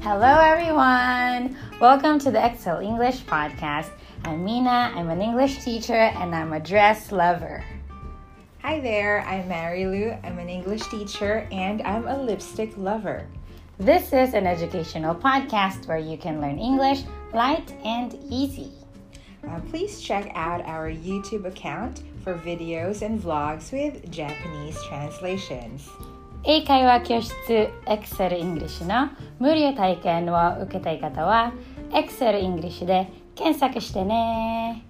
Hello, everyone. Welcome to the Excel English podcast. I'm Mina. I'm an English teacher and I'm a dress lover. Hi there, I'm Mary Lou. I'm an English teacher and I'm a lipstick lover. This is an educational podcast where you can learn English light and easy. Uh, please check out our YouTube account for videos and vlogs with Japanese translations. 英会話教室 Excel English の無料体験を受けたい方は Excel English で検索してね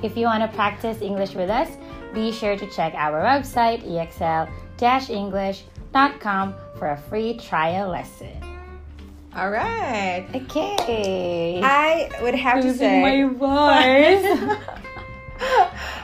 If you want to practice English with us, be sure to check our website E exl-english.com for a free trial lesson. All right. Okay. I would have to say. voice.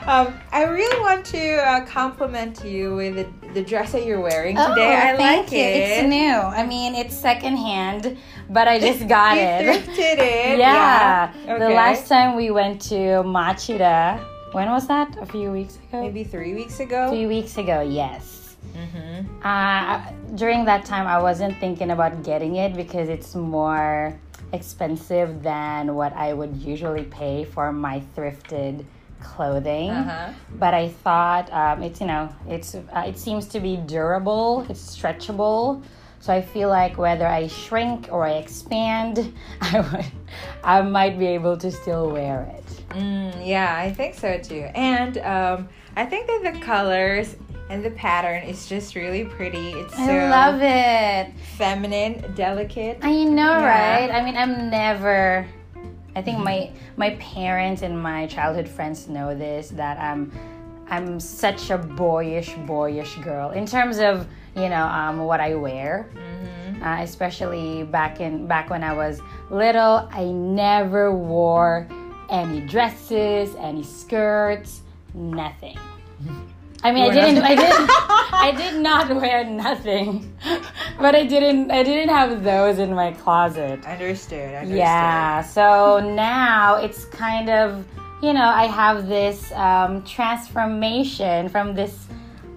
um, I really want to uh, compliment you with the, the dress that you're wearing Oh, today. I thank like you. it. It's new. I mean, it's secondhand, but I just got you it. thrifted it. Yeah. The Okay. last time we went to Machida, when was that? A few weeks ago? Maybe three weeks ago. Three weeks ago, yes. Mm-hmm. Uh, during that time, I wasn't thinking about getting it because it's more expensive than what I would usually pay for my thrifted clothing. Uh-huh. But I thought um, it's you know it's uh, it seems to be durable. It's stretchable. So I feel like whether I shrink or I expand, I would, I might be able to still wear it. Mm, yeah, I think so too. And um, I think that the colors and the pattern is just really pretty. It's so I love it. feminine, delicate. I know, Yeah. right? I mean, I'm never. I think my my parents and my childhood friends know this that I'm I'm such a boyish boyish girl in terms of you know um, what I wear. Uh, especially back in back when I was little, I never wore any dresses, any skirts, nothing. I mean, I You were didn't. not- I didn't. I did not wear nothing, but I didn't. I didn't have those in my closet. Understood. Understood. Yeah. So now it's kind of you know I have this um, transformation from this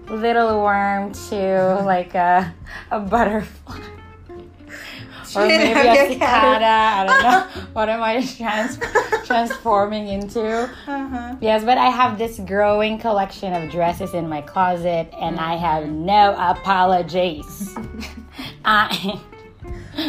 little worm to like a a butterfly. Or maybe a Okay. cicada. I don't know. What am I trans- transforming into? Uh-huh. Yes, but I have this growing collection of dresses in my closet, and I have no apologies. I,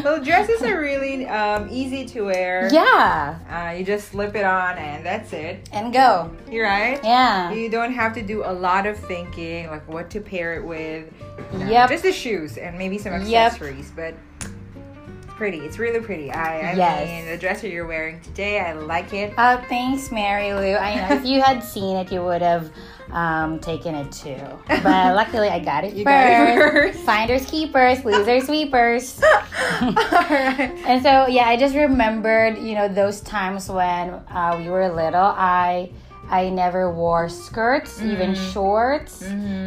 Well, dresses are really um, easy to wear. yeah, Uh, you just slip it on and that's it. and go. You're right. Yeah. You don't have to do a lot of thinking, like what to pair it with. No, Yep. Just the shoes and maybe some Yep. accessories, but it's pretty. It's really pretty. I, I Yes. mean, the dress that you're wearing today, I like it. Oh, thanks, Mary Lou. I know if you had seen it, you would have um, taken it too. But luckily, I got it You first. got it first. Finders keepers, losers sweepers. All right. And so, yeah, I just remembered, you know, those times when uh, we were little. I I never wore skirts, even Mm-hmm. shorts,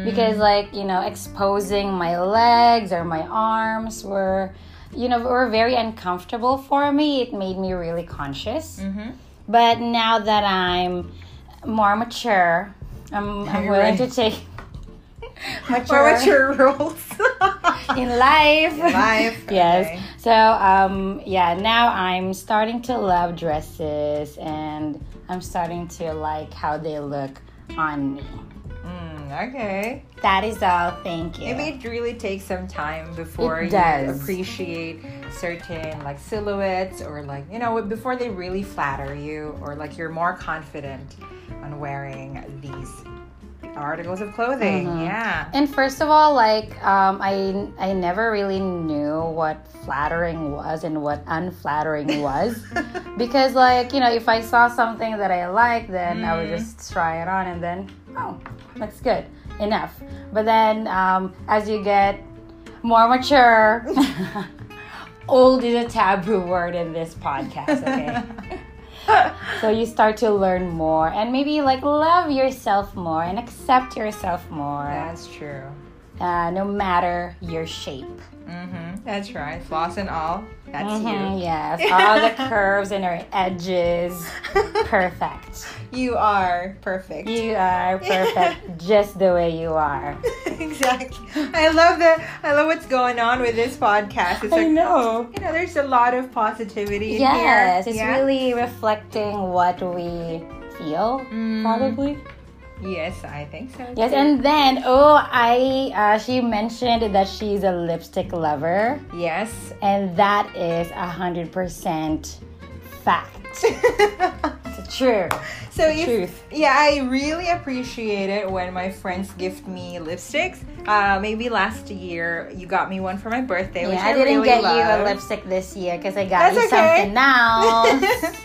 because like you know, exposing my legs or my arms were, you know, were very uncomfortable for me. It made me really conscious. But now that I'm more mature, I'm, I'm You're willing to right. take Or what's your rules? in life. life. yes. Okay. So um, yeah, now I'm starting to love dresses, and I'm starting to like how they look on me. Mm, okay. That is all. Thank you. Maybe it really takes some time before It you does. appreciate certain like silhouettes or like you know before they really flatter you or like you're more confident on wearing these articles of clothing. Yeah. And first of all, like um, I I never really knew what flattering was and what unflattering was, because like you know if I saw something that I liked, then I would just try it on and then oh that's good enough. But then um, as you get more mature, old is a taboo word in this podcast. Okay. So you start to learn more and maybe like love yourself more and accept yourself more That's true. uh, no matter your shape. hmm That's right. Floss and all. That's Mhm, yes, all the curves and our edges. Perfect. you. You are perfect. You are perfect just the way you are. exactly. I love the I love what's going on with this podcast. It's I like know. you know, there's a lot of positivity in Yes, here. it's Yeah? really reflecting what we feel, Mm. probably. Yes, I think so. Yes, too. and then oh, I uh, she mentioned that she's a lipstick lover, yes. and that is a hundred percent fact. It's true. so The if truth. yeah, I really appreciate it when my friends gift me lipsticks. Uh, maybe last year you got me one for my birthday, which Yeah, I, I didn't really get you a love. lipstick this year because I got That's you okay. something else.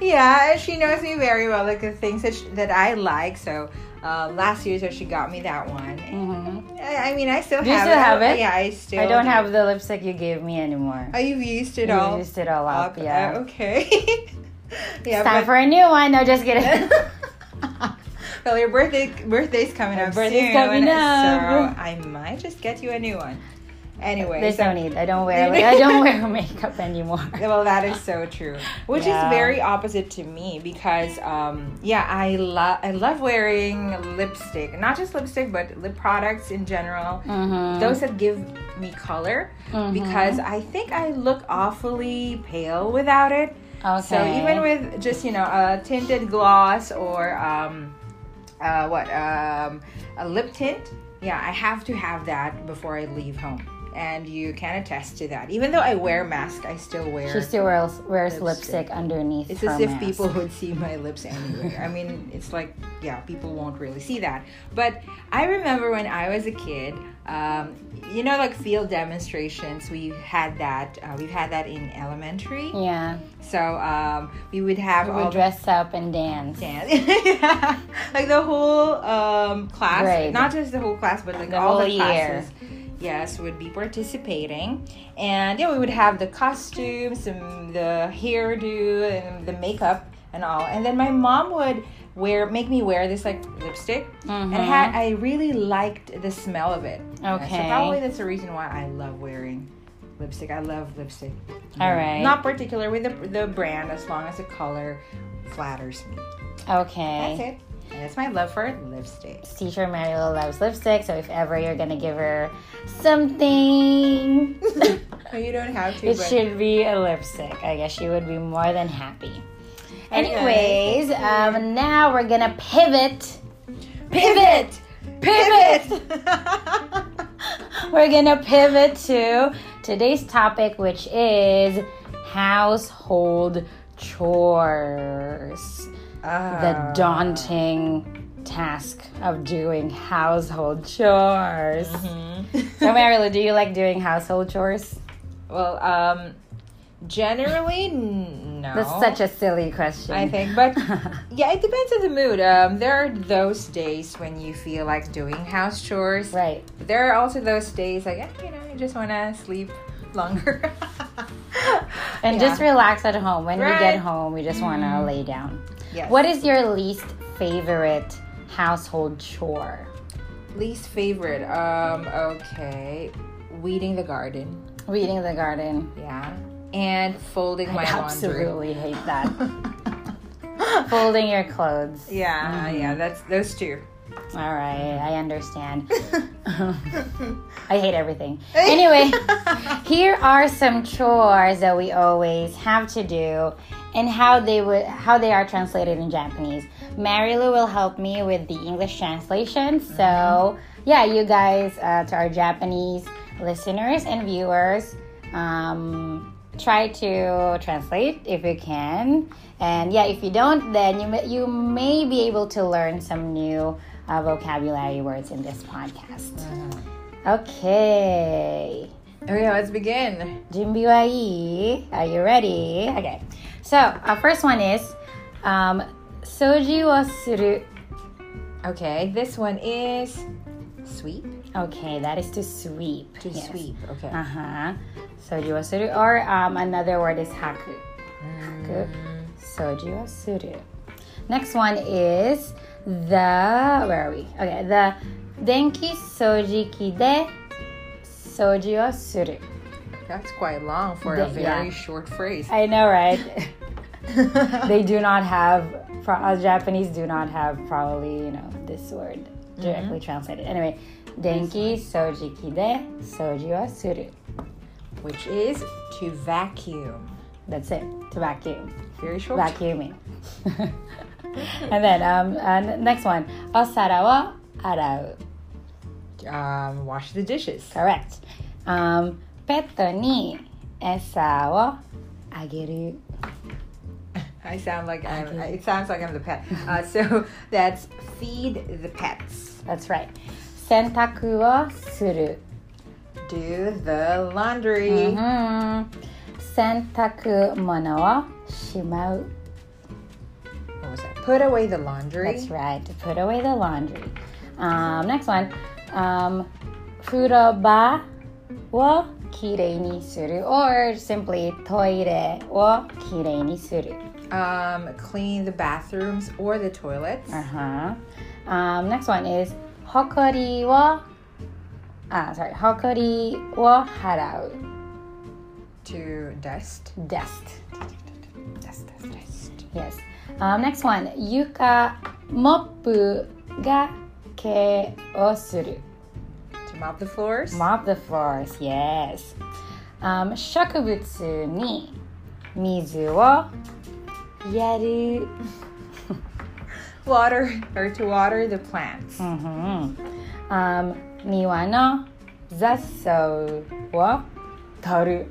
yeah, she knows me very well, like the things that, sh that I like. So uh, last year, so she got me that one. Mhm. I, I mean, I still Do you have still it. have it? Yeah, I still. I don't do. have the lipstick you gave me anymore. Oh, you've used it You all. used it all up. up. Yeah. Uh, okay. yeah, it's time but, for a new one. No, just kidding. well, your birthday birthday's coming My up birthday's soon, coming so up. I might just get you a new one. Anyway, There's so- no need. I don't wear. I don't wear makeup anymore. well that is so true which Yeah. is very opposite to me because um yeah i love i love wearing lipstick not just lipstick but lip products in general Mhm. those that give me color Mhm. because i think i look awfully pale without it Okay. so even with just you know a tinted gloss or um uh what um a lip tint yeah i have to have that before i leave home and you can attest to that even though i wear mask i still wear She still wears, wears Lipstick. lipstick underneath. it's her as if mask. people would see my lips anywhere. I mean, it's like, yeah, people won't really see that. But I remember when I was a kid, um, you know, like field demonstrations, we had that. Uh, we've had that in elementary. Yeah, So um, we would have we all would dress up and dance. dance. Yeah. Like the whole um, class, Grade. not just the whole class, but like The all whole the year. classes. Yes, would be participating, and yeah, we would have the costumes, and the hairdo, and the makeup, and all. And then my mom would wear make me wear this like lipstick, and I had I really liked the smell of it. Yeah, so Mm-hmm. Okay. probably that's the reason why I love wearing lipstick. I love lipstick. All right. Not particular with the, the brand, as long as the color flatters me. That's okay. it. And that's my love for lipstick. Teacher Mariel loves lipstick, so if ever you're gonna give her something, No, you don't have to. it but should be a lipstick. I guess she would be more than happy. Okay. Anyways, um, now we're gonna pivot. Pivot! Pivot! We're gonna pivot to today's topic, which is household chores. uh. Oh. the daunting task of doing household chores. Mm-hmm. so, Marilu, do you like doing household chores? Well, um, generally, n- no. That's such a silly question. Oh. I think, but yeah, it depends on the mood. Um, there are those days when you feel like doing house chores. right. There are also those days like, eh, you know, you just want to sleep longer. And Yeah. just relax at home. When we Right. Mm-hmm. get home, we just want to lay down. Yes. What is your least favorite household chore? least favorite? Um, okay, weeding the garden. Weeding the garden. Yeah, and folding my I laundry. absolutely hate that. Folding your clothes. yeah, Mm-hmm. yeah, that's those two. All right, I understand. I hate everything. Anyway, here are some chores that we always have to do and how they would how they are translated in Japanese. Marilu will help me with the English translation. So, yeah, you guys uh, to our Japanese listeners and viewers, um, try to translate if you can. And yeah, if you don't, then you may, you may be able to learn some new uh, vocabulary words in this podcast. Okay. Okay, let's begin. 준비와이. Are you ready? Okay. So, our first one is um, 掃除をする. Okay, this one is sweep. Okay, that is to sweep. To Yes. sweep. Okay. Uh-huh. 掃除をする. Or um, another word is haku. Haku. Mm. 掃除をする. Next one is the... Where are we? Okay, the 電気掃除機で掃除をする. That's quite long for a The- yeah. very short phrase. I know, right? they do not have pro- uh, Japanese do not have probably you know this word directly translated. Anyway, denki sojiki de soji wa suru. which is to vacuum. That's it. To vacuum. Very short. Vacuuming. and then um and next one. Osara wa arau. Um, wash the dishes. Correct. Um petto ni esa wa ageru. I sound like I'm, it sounds like I'm the pet. Uh, so that's feed the pets. That's right. Sentaku wa suru. Do the laundry. Mhm. Sentaku mono wa shimau. What was that? Put away the laundry. That's right. To put away the laundry. Um, next one. Um, furoba wo kirei ni suru, or simply toire wo kirei ni suru. Um, clean the bathrooms or the toilets. Uh huh. Um, next one is hokori wo. Ah, sorry. Hokori wo harau. To dust. Dust. Dust, dust, dust. Yes. Um, next one. Yuka moppu ga ke o suru. To mop the floors. Mop the floors, yes. Um, 植物に水をやる。 Water or to water the plants. うんうん Mm-hmm. um, 庭の雑草を取る。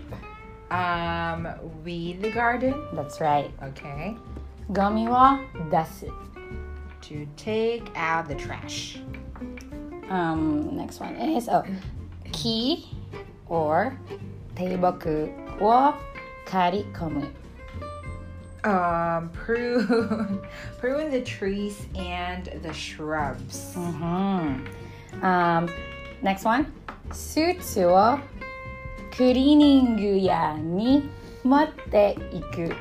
Um, weed the garden. That's right. Okay. ゴミを出す。 To take out the trash. Um, next one is oh, 木 or 低木を刈り込む。 Um, prune, prune the trees and the shrubs. Mm-hmm. Um, next one. スーツをクリーニング屋に持っていく。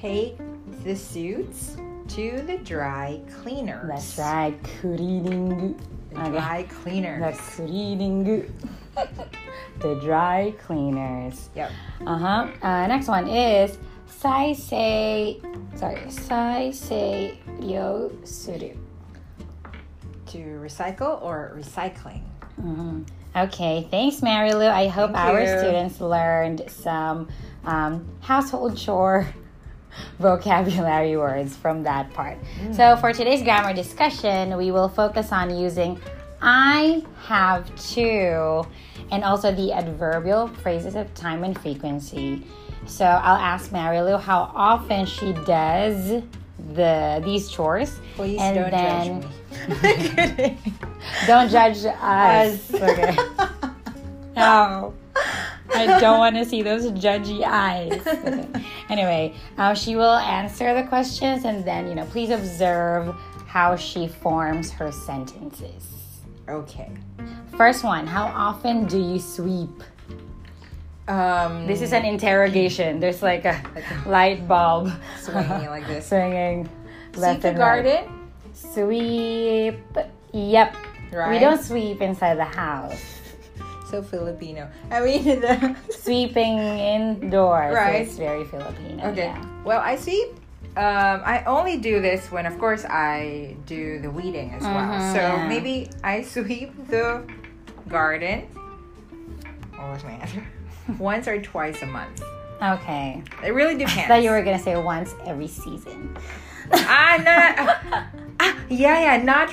Take the suits to the dry cleaners. That's right. クリーニング。 The dry cleaners. The クリーニング。The dry cleaners. Yep. Uh-huh. Uh, next one is 再生 sorry 再生量する。 To recycle or recycling. Mhm. Okay, thanks, Mary Lou. I hope Thank our you. students learned some um, household chore vocabulary words from that part. So, for today's grammar discussion, we will focus on using I have to and also the adverbial phrases of time and frequency. So, I'll ask Mary Lou how often she does the these chores. Please and don't then judge me. don't judge us. Okay. No. I don't want to see those judgy eyes. anyway, um, she will answer the questions and then, you know, please observe how she forms her sentences. okay. First one How often do you sweep? Um, This is an interrogation. There's like a light bulb swinging like this. swinging Seek left the and right. garden. Sweep. Yep. Right. We don't sweep inside the house. So Filipino. I mean, the, Sweeping indoors. Right. It's very Filipino. okay. yeah. Well, I see. Um, I only do this when, of course, I do the weeding as well. Mhm, So yeah. maybe I sweep the garden. What was my answer? Once or twice a month. Okay. It really depends. thought you were gonna say once every season. I'm not. ah, yeah, yeah, not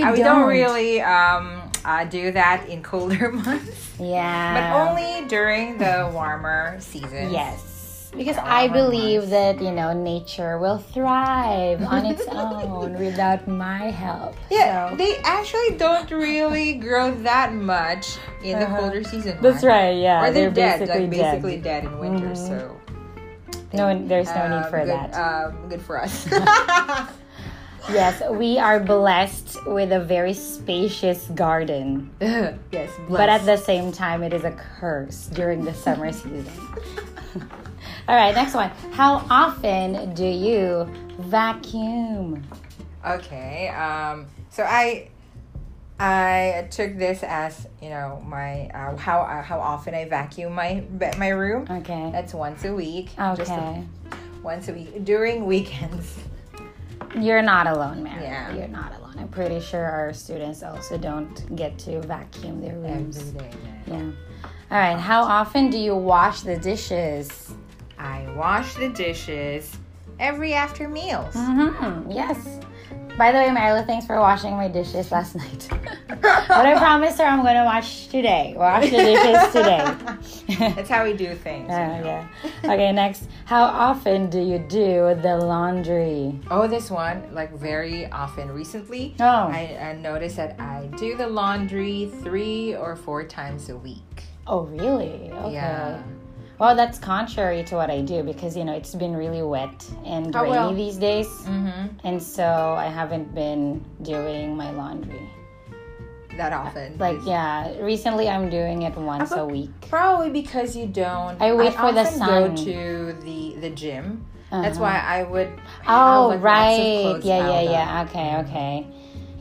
We Uh, we don't. don't really um, uh, do that in colder months. yeah. But only during the warmer season. Yes. Because Yeah, I one believe that, you know, nature will thrive on its own without my help. Yeah, So- they actually don't really grow that much in the Uh-huh. colder season. That's right, yeah. Or they're, dead, basically like basically dead, in winter. Mhm. So dead. No, there's no need um, for good, that. Um, good for us. yes, we are blessed with a very spacious garden. yes, But at bless. the same time, it is a curse during the summer season. All right, next one. How often do you vacuum? okay. Um, so I. I took this as you know my uh, how uh, how often I vacuum my my room. Okay. That's once a week. Uh, Just Okay. once a week during weekends. You're not alone, Mary. Yeah. You're not alone. I'm pretty sure our students also don't get to vacuum their Every rooms. day, man. Yeah. All right. How often do you wash the dishes? I wash the dishes every after meals. Mm-hmm. hmm Yes. By the way, Marla, thanks for washing my dishes last night. but I promised her I'm going to wash today. Wash the dishes today. That's how we do things. you Uh, know. yeah. Okay, next. How often do you do the laundry? Oh, this one, like very often recently, Oh. I, I noticed that I do the laundry three or four times a week. Oh, really? Okay. Yeah. Well, that's contrary to what I do because, you know, it's been really wet and Oh, rainy well. these days. Mm-hmm. And so I haven't been doing my laundry. That often. Like, yeah, recently I'm doing it once but- a week. Probably because you don't. I wait for the often sun. Go to the the gym. That's Uh-huh. why I would. have, Oh like, lots of right, clothes yeah, yeah, piled up. yeah. Okay, okay.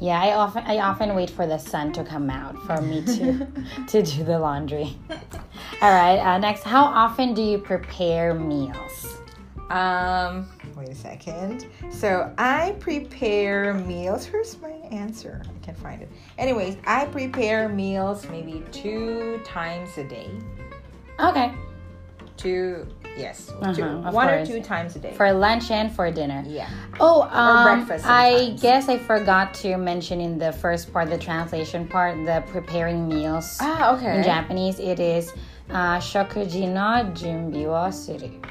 Yeah, I often I often wait for the sun to come out for me to to do the laundry. All right. Uh, next, how often do you prepare meals? Um, wait a second. So I prepare meals. Where's my answer? I can't find it. Anyways, I prepare meals maybe two times a day. Okay, Two, yes, Uh-huh, two, of one course. or two times a day. for lunch and for dinner. yeah. Oh, um, breakfast I sometimes. guess I forgot to mention in the first part, the translation part, the preparing meals. Ah, okay. In Japanese, it is uh, shokuji no jumbi wa suru.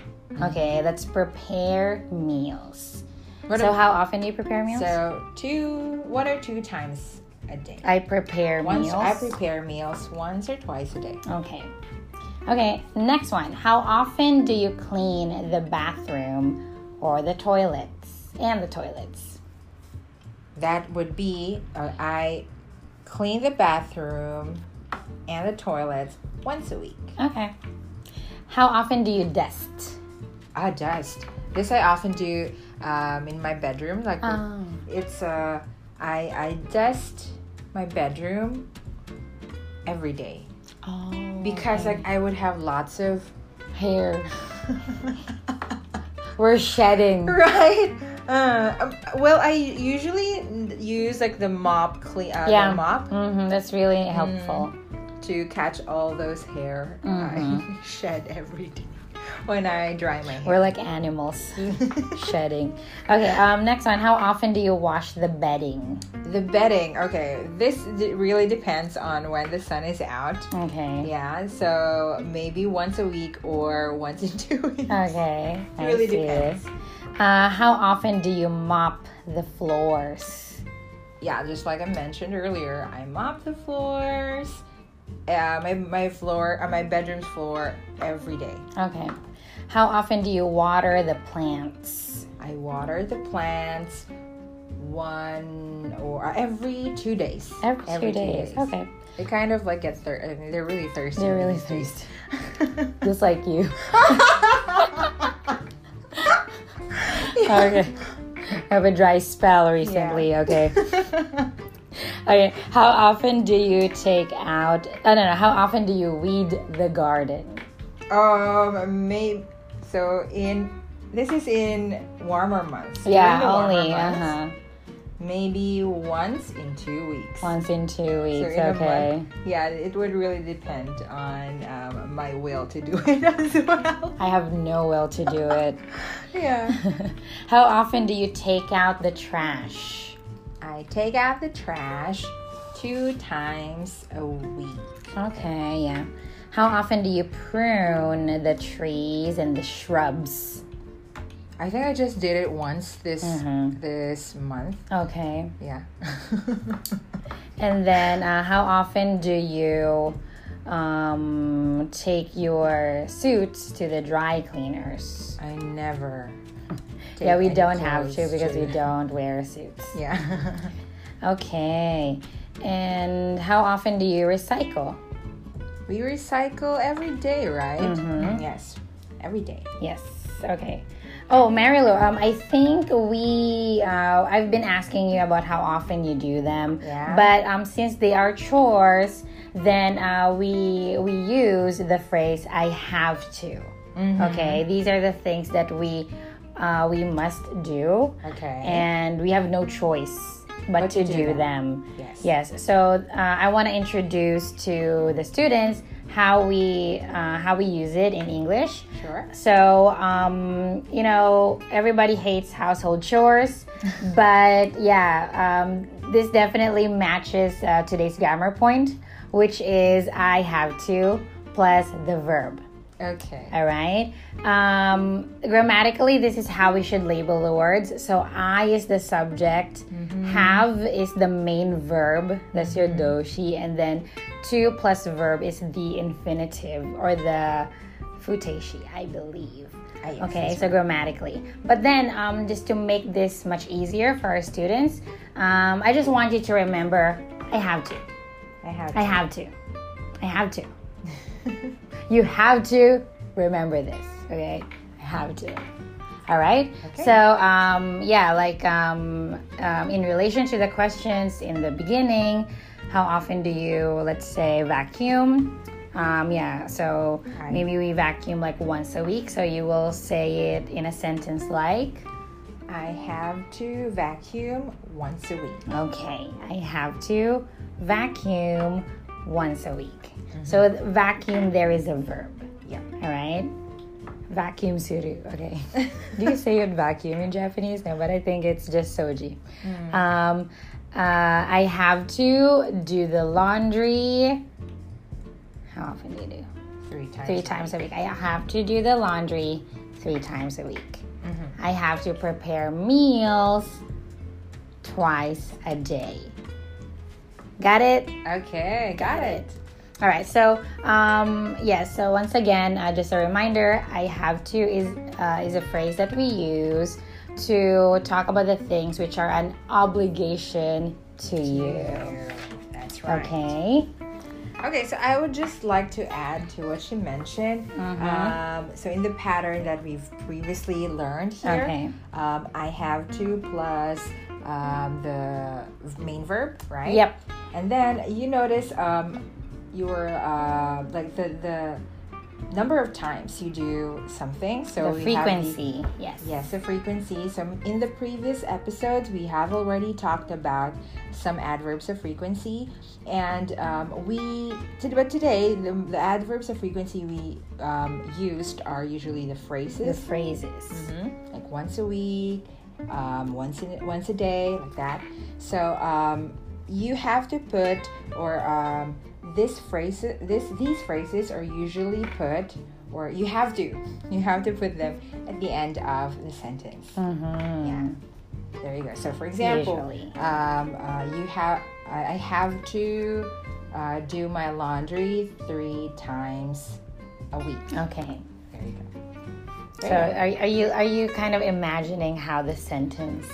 Okay, that's prepare meals. What so, ab- how often do you prepare meals? So two, one or two times a day. I prepare Once Uh, meals. I prepare meals once or twice a day. okay. Okay, next one. How often do you clean the bathroom or the toilets? And the toilets. That would be uh, I clean the bathroom and the toilets once a week. Okay. How often do you dust? Ah, dust. This I often do um, in my bedroom. Like Oh. it's uh, I I dust my bedroom every day Oh. because like I would have lots of hair. We're shedding. right. Uh, um, well, I usually n- use like the mop clean uh, Yeah. the mop hmm that's really helpful. Mm. to catch all those hair I shed every day when I dry my hair. We're like animals shedding. Okay, um, next one. How often do you wash the bedding? the bedding. Okay, this d- really depends on when the sun is out. Okay. Yeah, so maybe once a week or once in two weeks. Okay. I really see. depends. Uh, how often do you mop the floors? Yeah, just like I mentioned earlier, I mop the floors, uh, my, my floor, uh, my bedroom's floor every day. Okay. How often do you water the plants? I water the plants one or uh, every two days. Every, two days. Okay. They kind of like get thir- I mean, they're really thirsty. They're really these days. thirsty. Just like you. okay. I have a dry spell recently. Okay. Okay. How often do you take out? I don't know. How often do you weed the garden? Um, maybe so in this is in warmer months. During yeah, the warmer only uh months, huh. maybe once in two weeks. Once in two So weeks. in a okay. month, yeah, it would really depend on um, my will to do it as well. I have no will to do it. Yeah, how often do you take out the trash? I take out the trash two times a week. Okay. Yeah. How often do you prune the trees and the shrubs? I think I just did it once this Mhm. this month. Okay. Yeah. And then, uh, how often do you um, take your suits to the dry cleaners? I never. yeah, take we any don't have to clothes because we don't wear suits. Yeah. Okay. And how often do you recycle? We recycle every day, right? Mm-hmm. Yes, every day. Yes. Okay. Oh, Marilu, um, I think we, uh, I've been asking you about how often you do them. Yeah. But um, since they are chores, then uh, we we Mm-hmm. use the phrase "I have to." Okay, these are the things that we uh, we must do, Okay. and we have no choice but, to, do, them. Yes. Yes. So uh, I want to introduce to the students how we uh, how we use it in English. Sure. So, um, you know, everybody hates household chores, but yeah, um, this definitely matches uh, today's grammar point, which is I have to plus the verb. Okay. All right. Um, grammatically, this is how we should label the words. So, I is the subject, Mm-hmm. have is the main verb, that's your doshi, and then to plus verb is the infinitive or the futeshi, I believe. Ah, yes, Okay, so grammatically. But then, um, just to make this much easier for our students, um, I just want you to remember I have to. I have. I have to. I have to. you have to remember this, okay? I have to. All right. So, um, yeah, like um, um, in relation to the questions in the beginning, how often do you, let's say, vacuum? Um, yeah, so maybe we vacuum like once a week. So you will say it in a sentence like, I have to vacuum once a week. Okay, I have to vacuum once a week. So th- vacuum there is a verb. Yeah. All right. Vacuum suru. Okay. Do you say it vacuum in Japanese? No, but I think it's just soji. Um, uh, I have to do the laundry. How often do you do? Three times. Three times a week. I have to do the laundry three times a week. Mm-hmm. I have to prepare meals twice a day. Got it? Okay. Got, it. All right. So, um, yes. so once again, uh, just a reminder: I have to is uh, is a phrase that we use to talk about the things which are an obligation to you. That's right. Okay. Okay, so I would just like to add to what she mentioned. Um, so in the pattern that we've previously learned here, Okay. um, I have to plus um, the main verb, right? Yep. And then you notice um, your uh, like the the number of times you do something. So The we have frequency. Yes. Yes, the frequency. So in the previous episodes, we have already talked about some adverbs of frequency, and um, we. to- But today, the, the adverbs of frequency we um, used are usually the The phrases, phrases. like once a week, um, once in, once a day, like that. So um, you have to put or um, this phrase this these phrases are usually put or you have to you have to put them at the end of the sentence. Mm-hmm. Yeah. There you go. So for example, Usually. um, uh, you have I I have to uh, do my laundry three times a week. Okay. There you go. So There you go. are, are you are you kind of imagining how the sentence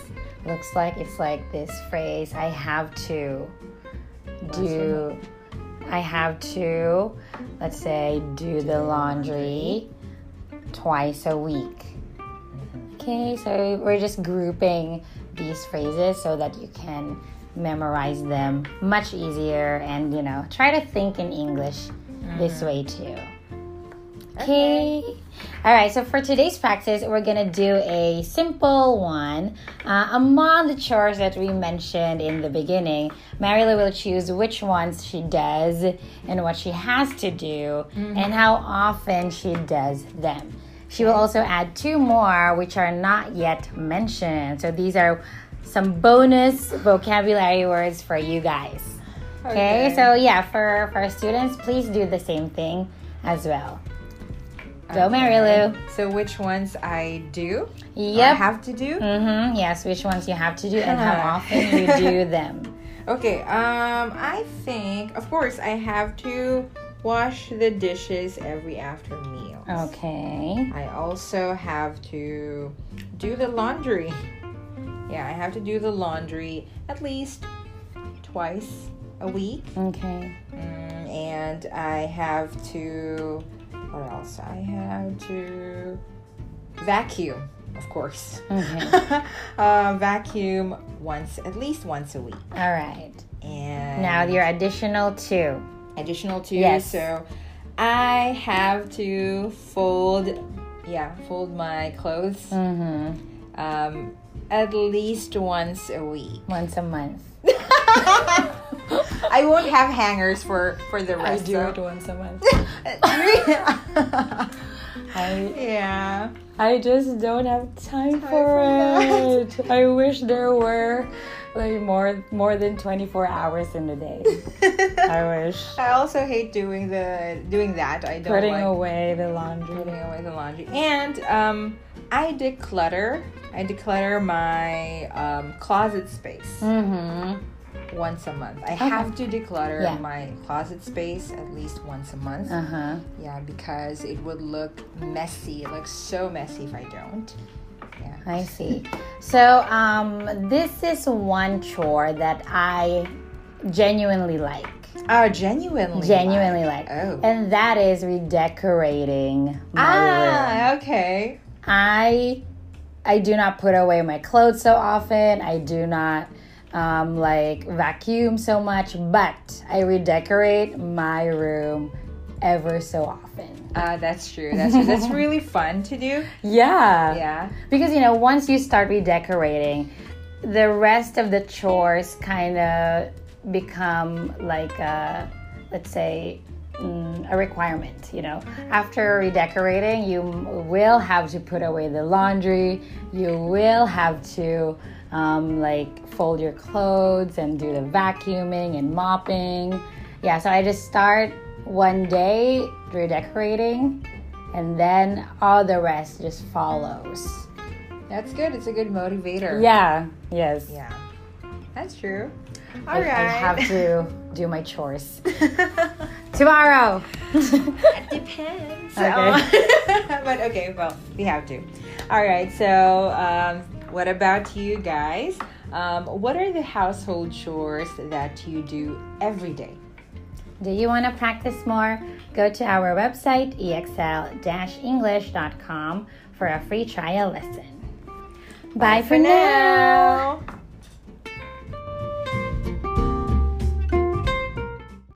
looks like? It's like this phrase: "I have to do." I have to, let's say, do the laundry twice a week. Okay, so we're just grouping these phrases so that you can memorize them much easier and you know try to think in English this way too. Okay. All right. So for today's practice, we're gonna do a simple one. Uh, among the chores that we mentioned in the beginning, Marily will choose which ones she does and what she has to do and how often she does them. She will also add two more which are not yet mentioned. So these are some bonus vocabulary words for you guys. Okay, so yeah, for for students, please do the same thing as well. Go, Marilu. So which ones I do? or Yep. have to do? mm-hmm. Yes, which ones you have to do and how Huh. often you do them. Okay. Um, I think of course I have to wash the dishes every after meal. Oh. Okay. I also have to do the laundry. Yeah, I have to do the laundry at least twice a week. Okay. Mm, and I have to. What else? I have to vacuum, of course. uh, vacuum once, at least once a week. All right. And Now your additional two. additional two. Yes. So I have to fold yeah, fold my clothes Mm-hmm. um, at least once a week. Once a month. I won't have hangers for for the rest. of- once a month. I yeah. I just don't have time, for, for it. I wish there were like more more than 24 hours in the day. I wish I also hate doing the doing that. I don't putting like away the laundry. putting away the laundry. And um, I declutter. I declutter my um, closet space Mm-hmm. once a month. I have to declutter Yeah. my closet space at least once a month. Uh huh. Yeah, because it would look messy, like so messy if I don't. I see. So, um, this is one chore that I genuinely like. Oh, genuinely. Ah, Genuinely like. Oh. And that is redecorating my room. ah, okay. I I do not put away my clothes so often. I do not um, like vacuum so much, but I redecorate my room ever so often. Uh, that's true. That's true. That's really fun to do. Yeah. Yeah. because you know once you start redecorating the rest of the chores kind of become like a let's say mm, a requirement you know after redecorating you m- will have to put away the laundry you will have to um, like fold your clothes and do the vacuuming and mopping yeah so i just start one day redecorating and then all the rest just follows. That's good. It's a good motivator. Yeah. Yes. Yeah. That's true. I, All right. I have to do my chores tomorrow. It depends. Okay. Um, but okay, well, we have to. All right, so um, what about you guys? Um, what are the household chores that you do every day? do you want to practice more? Go to our website E exl-english.com for a free trial lesson. Bye, for now. now.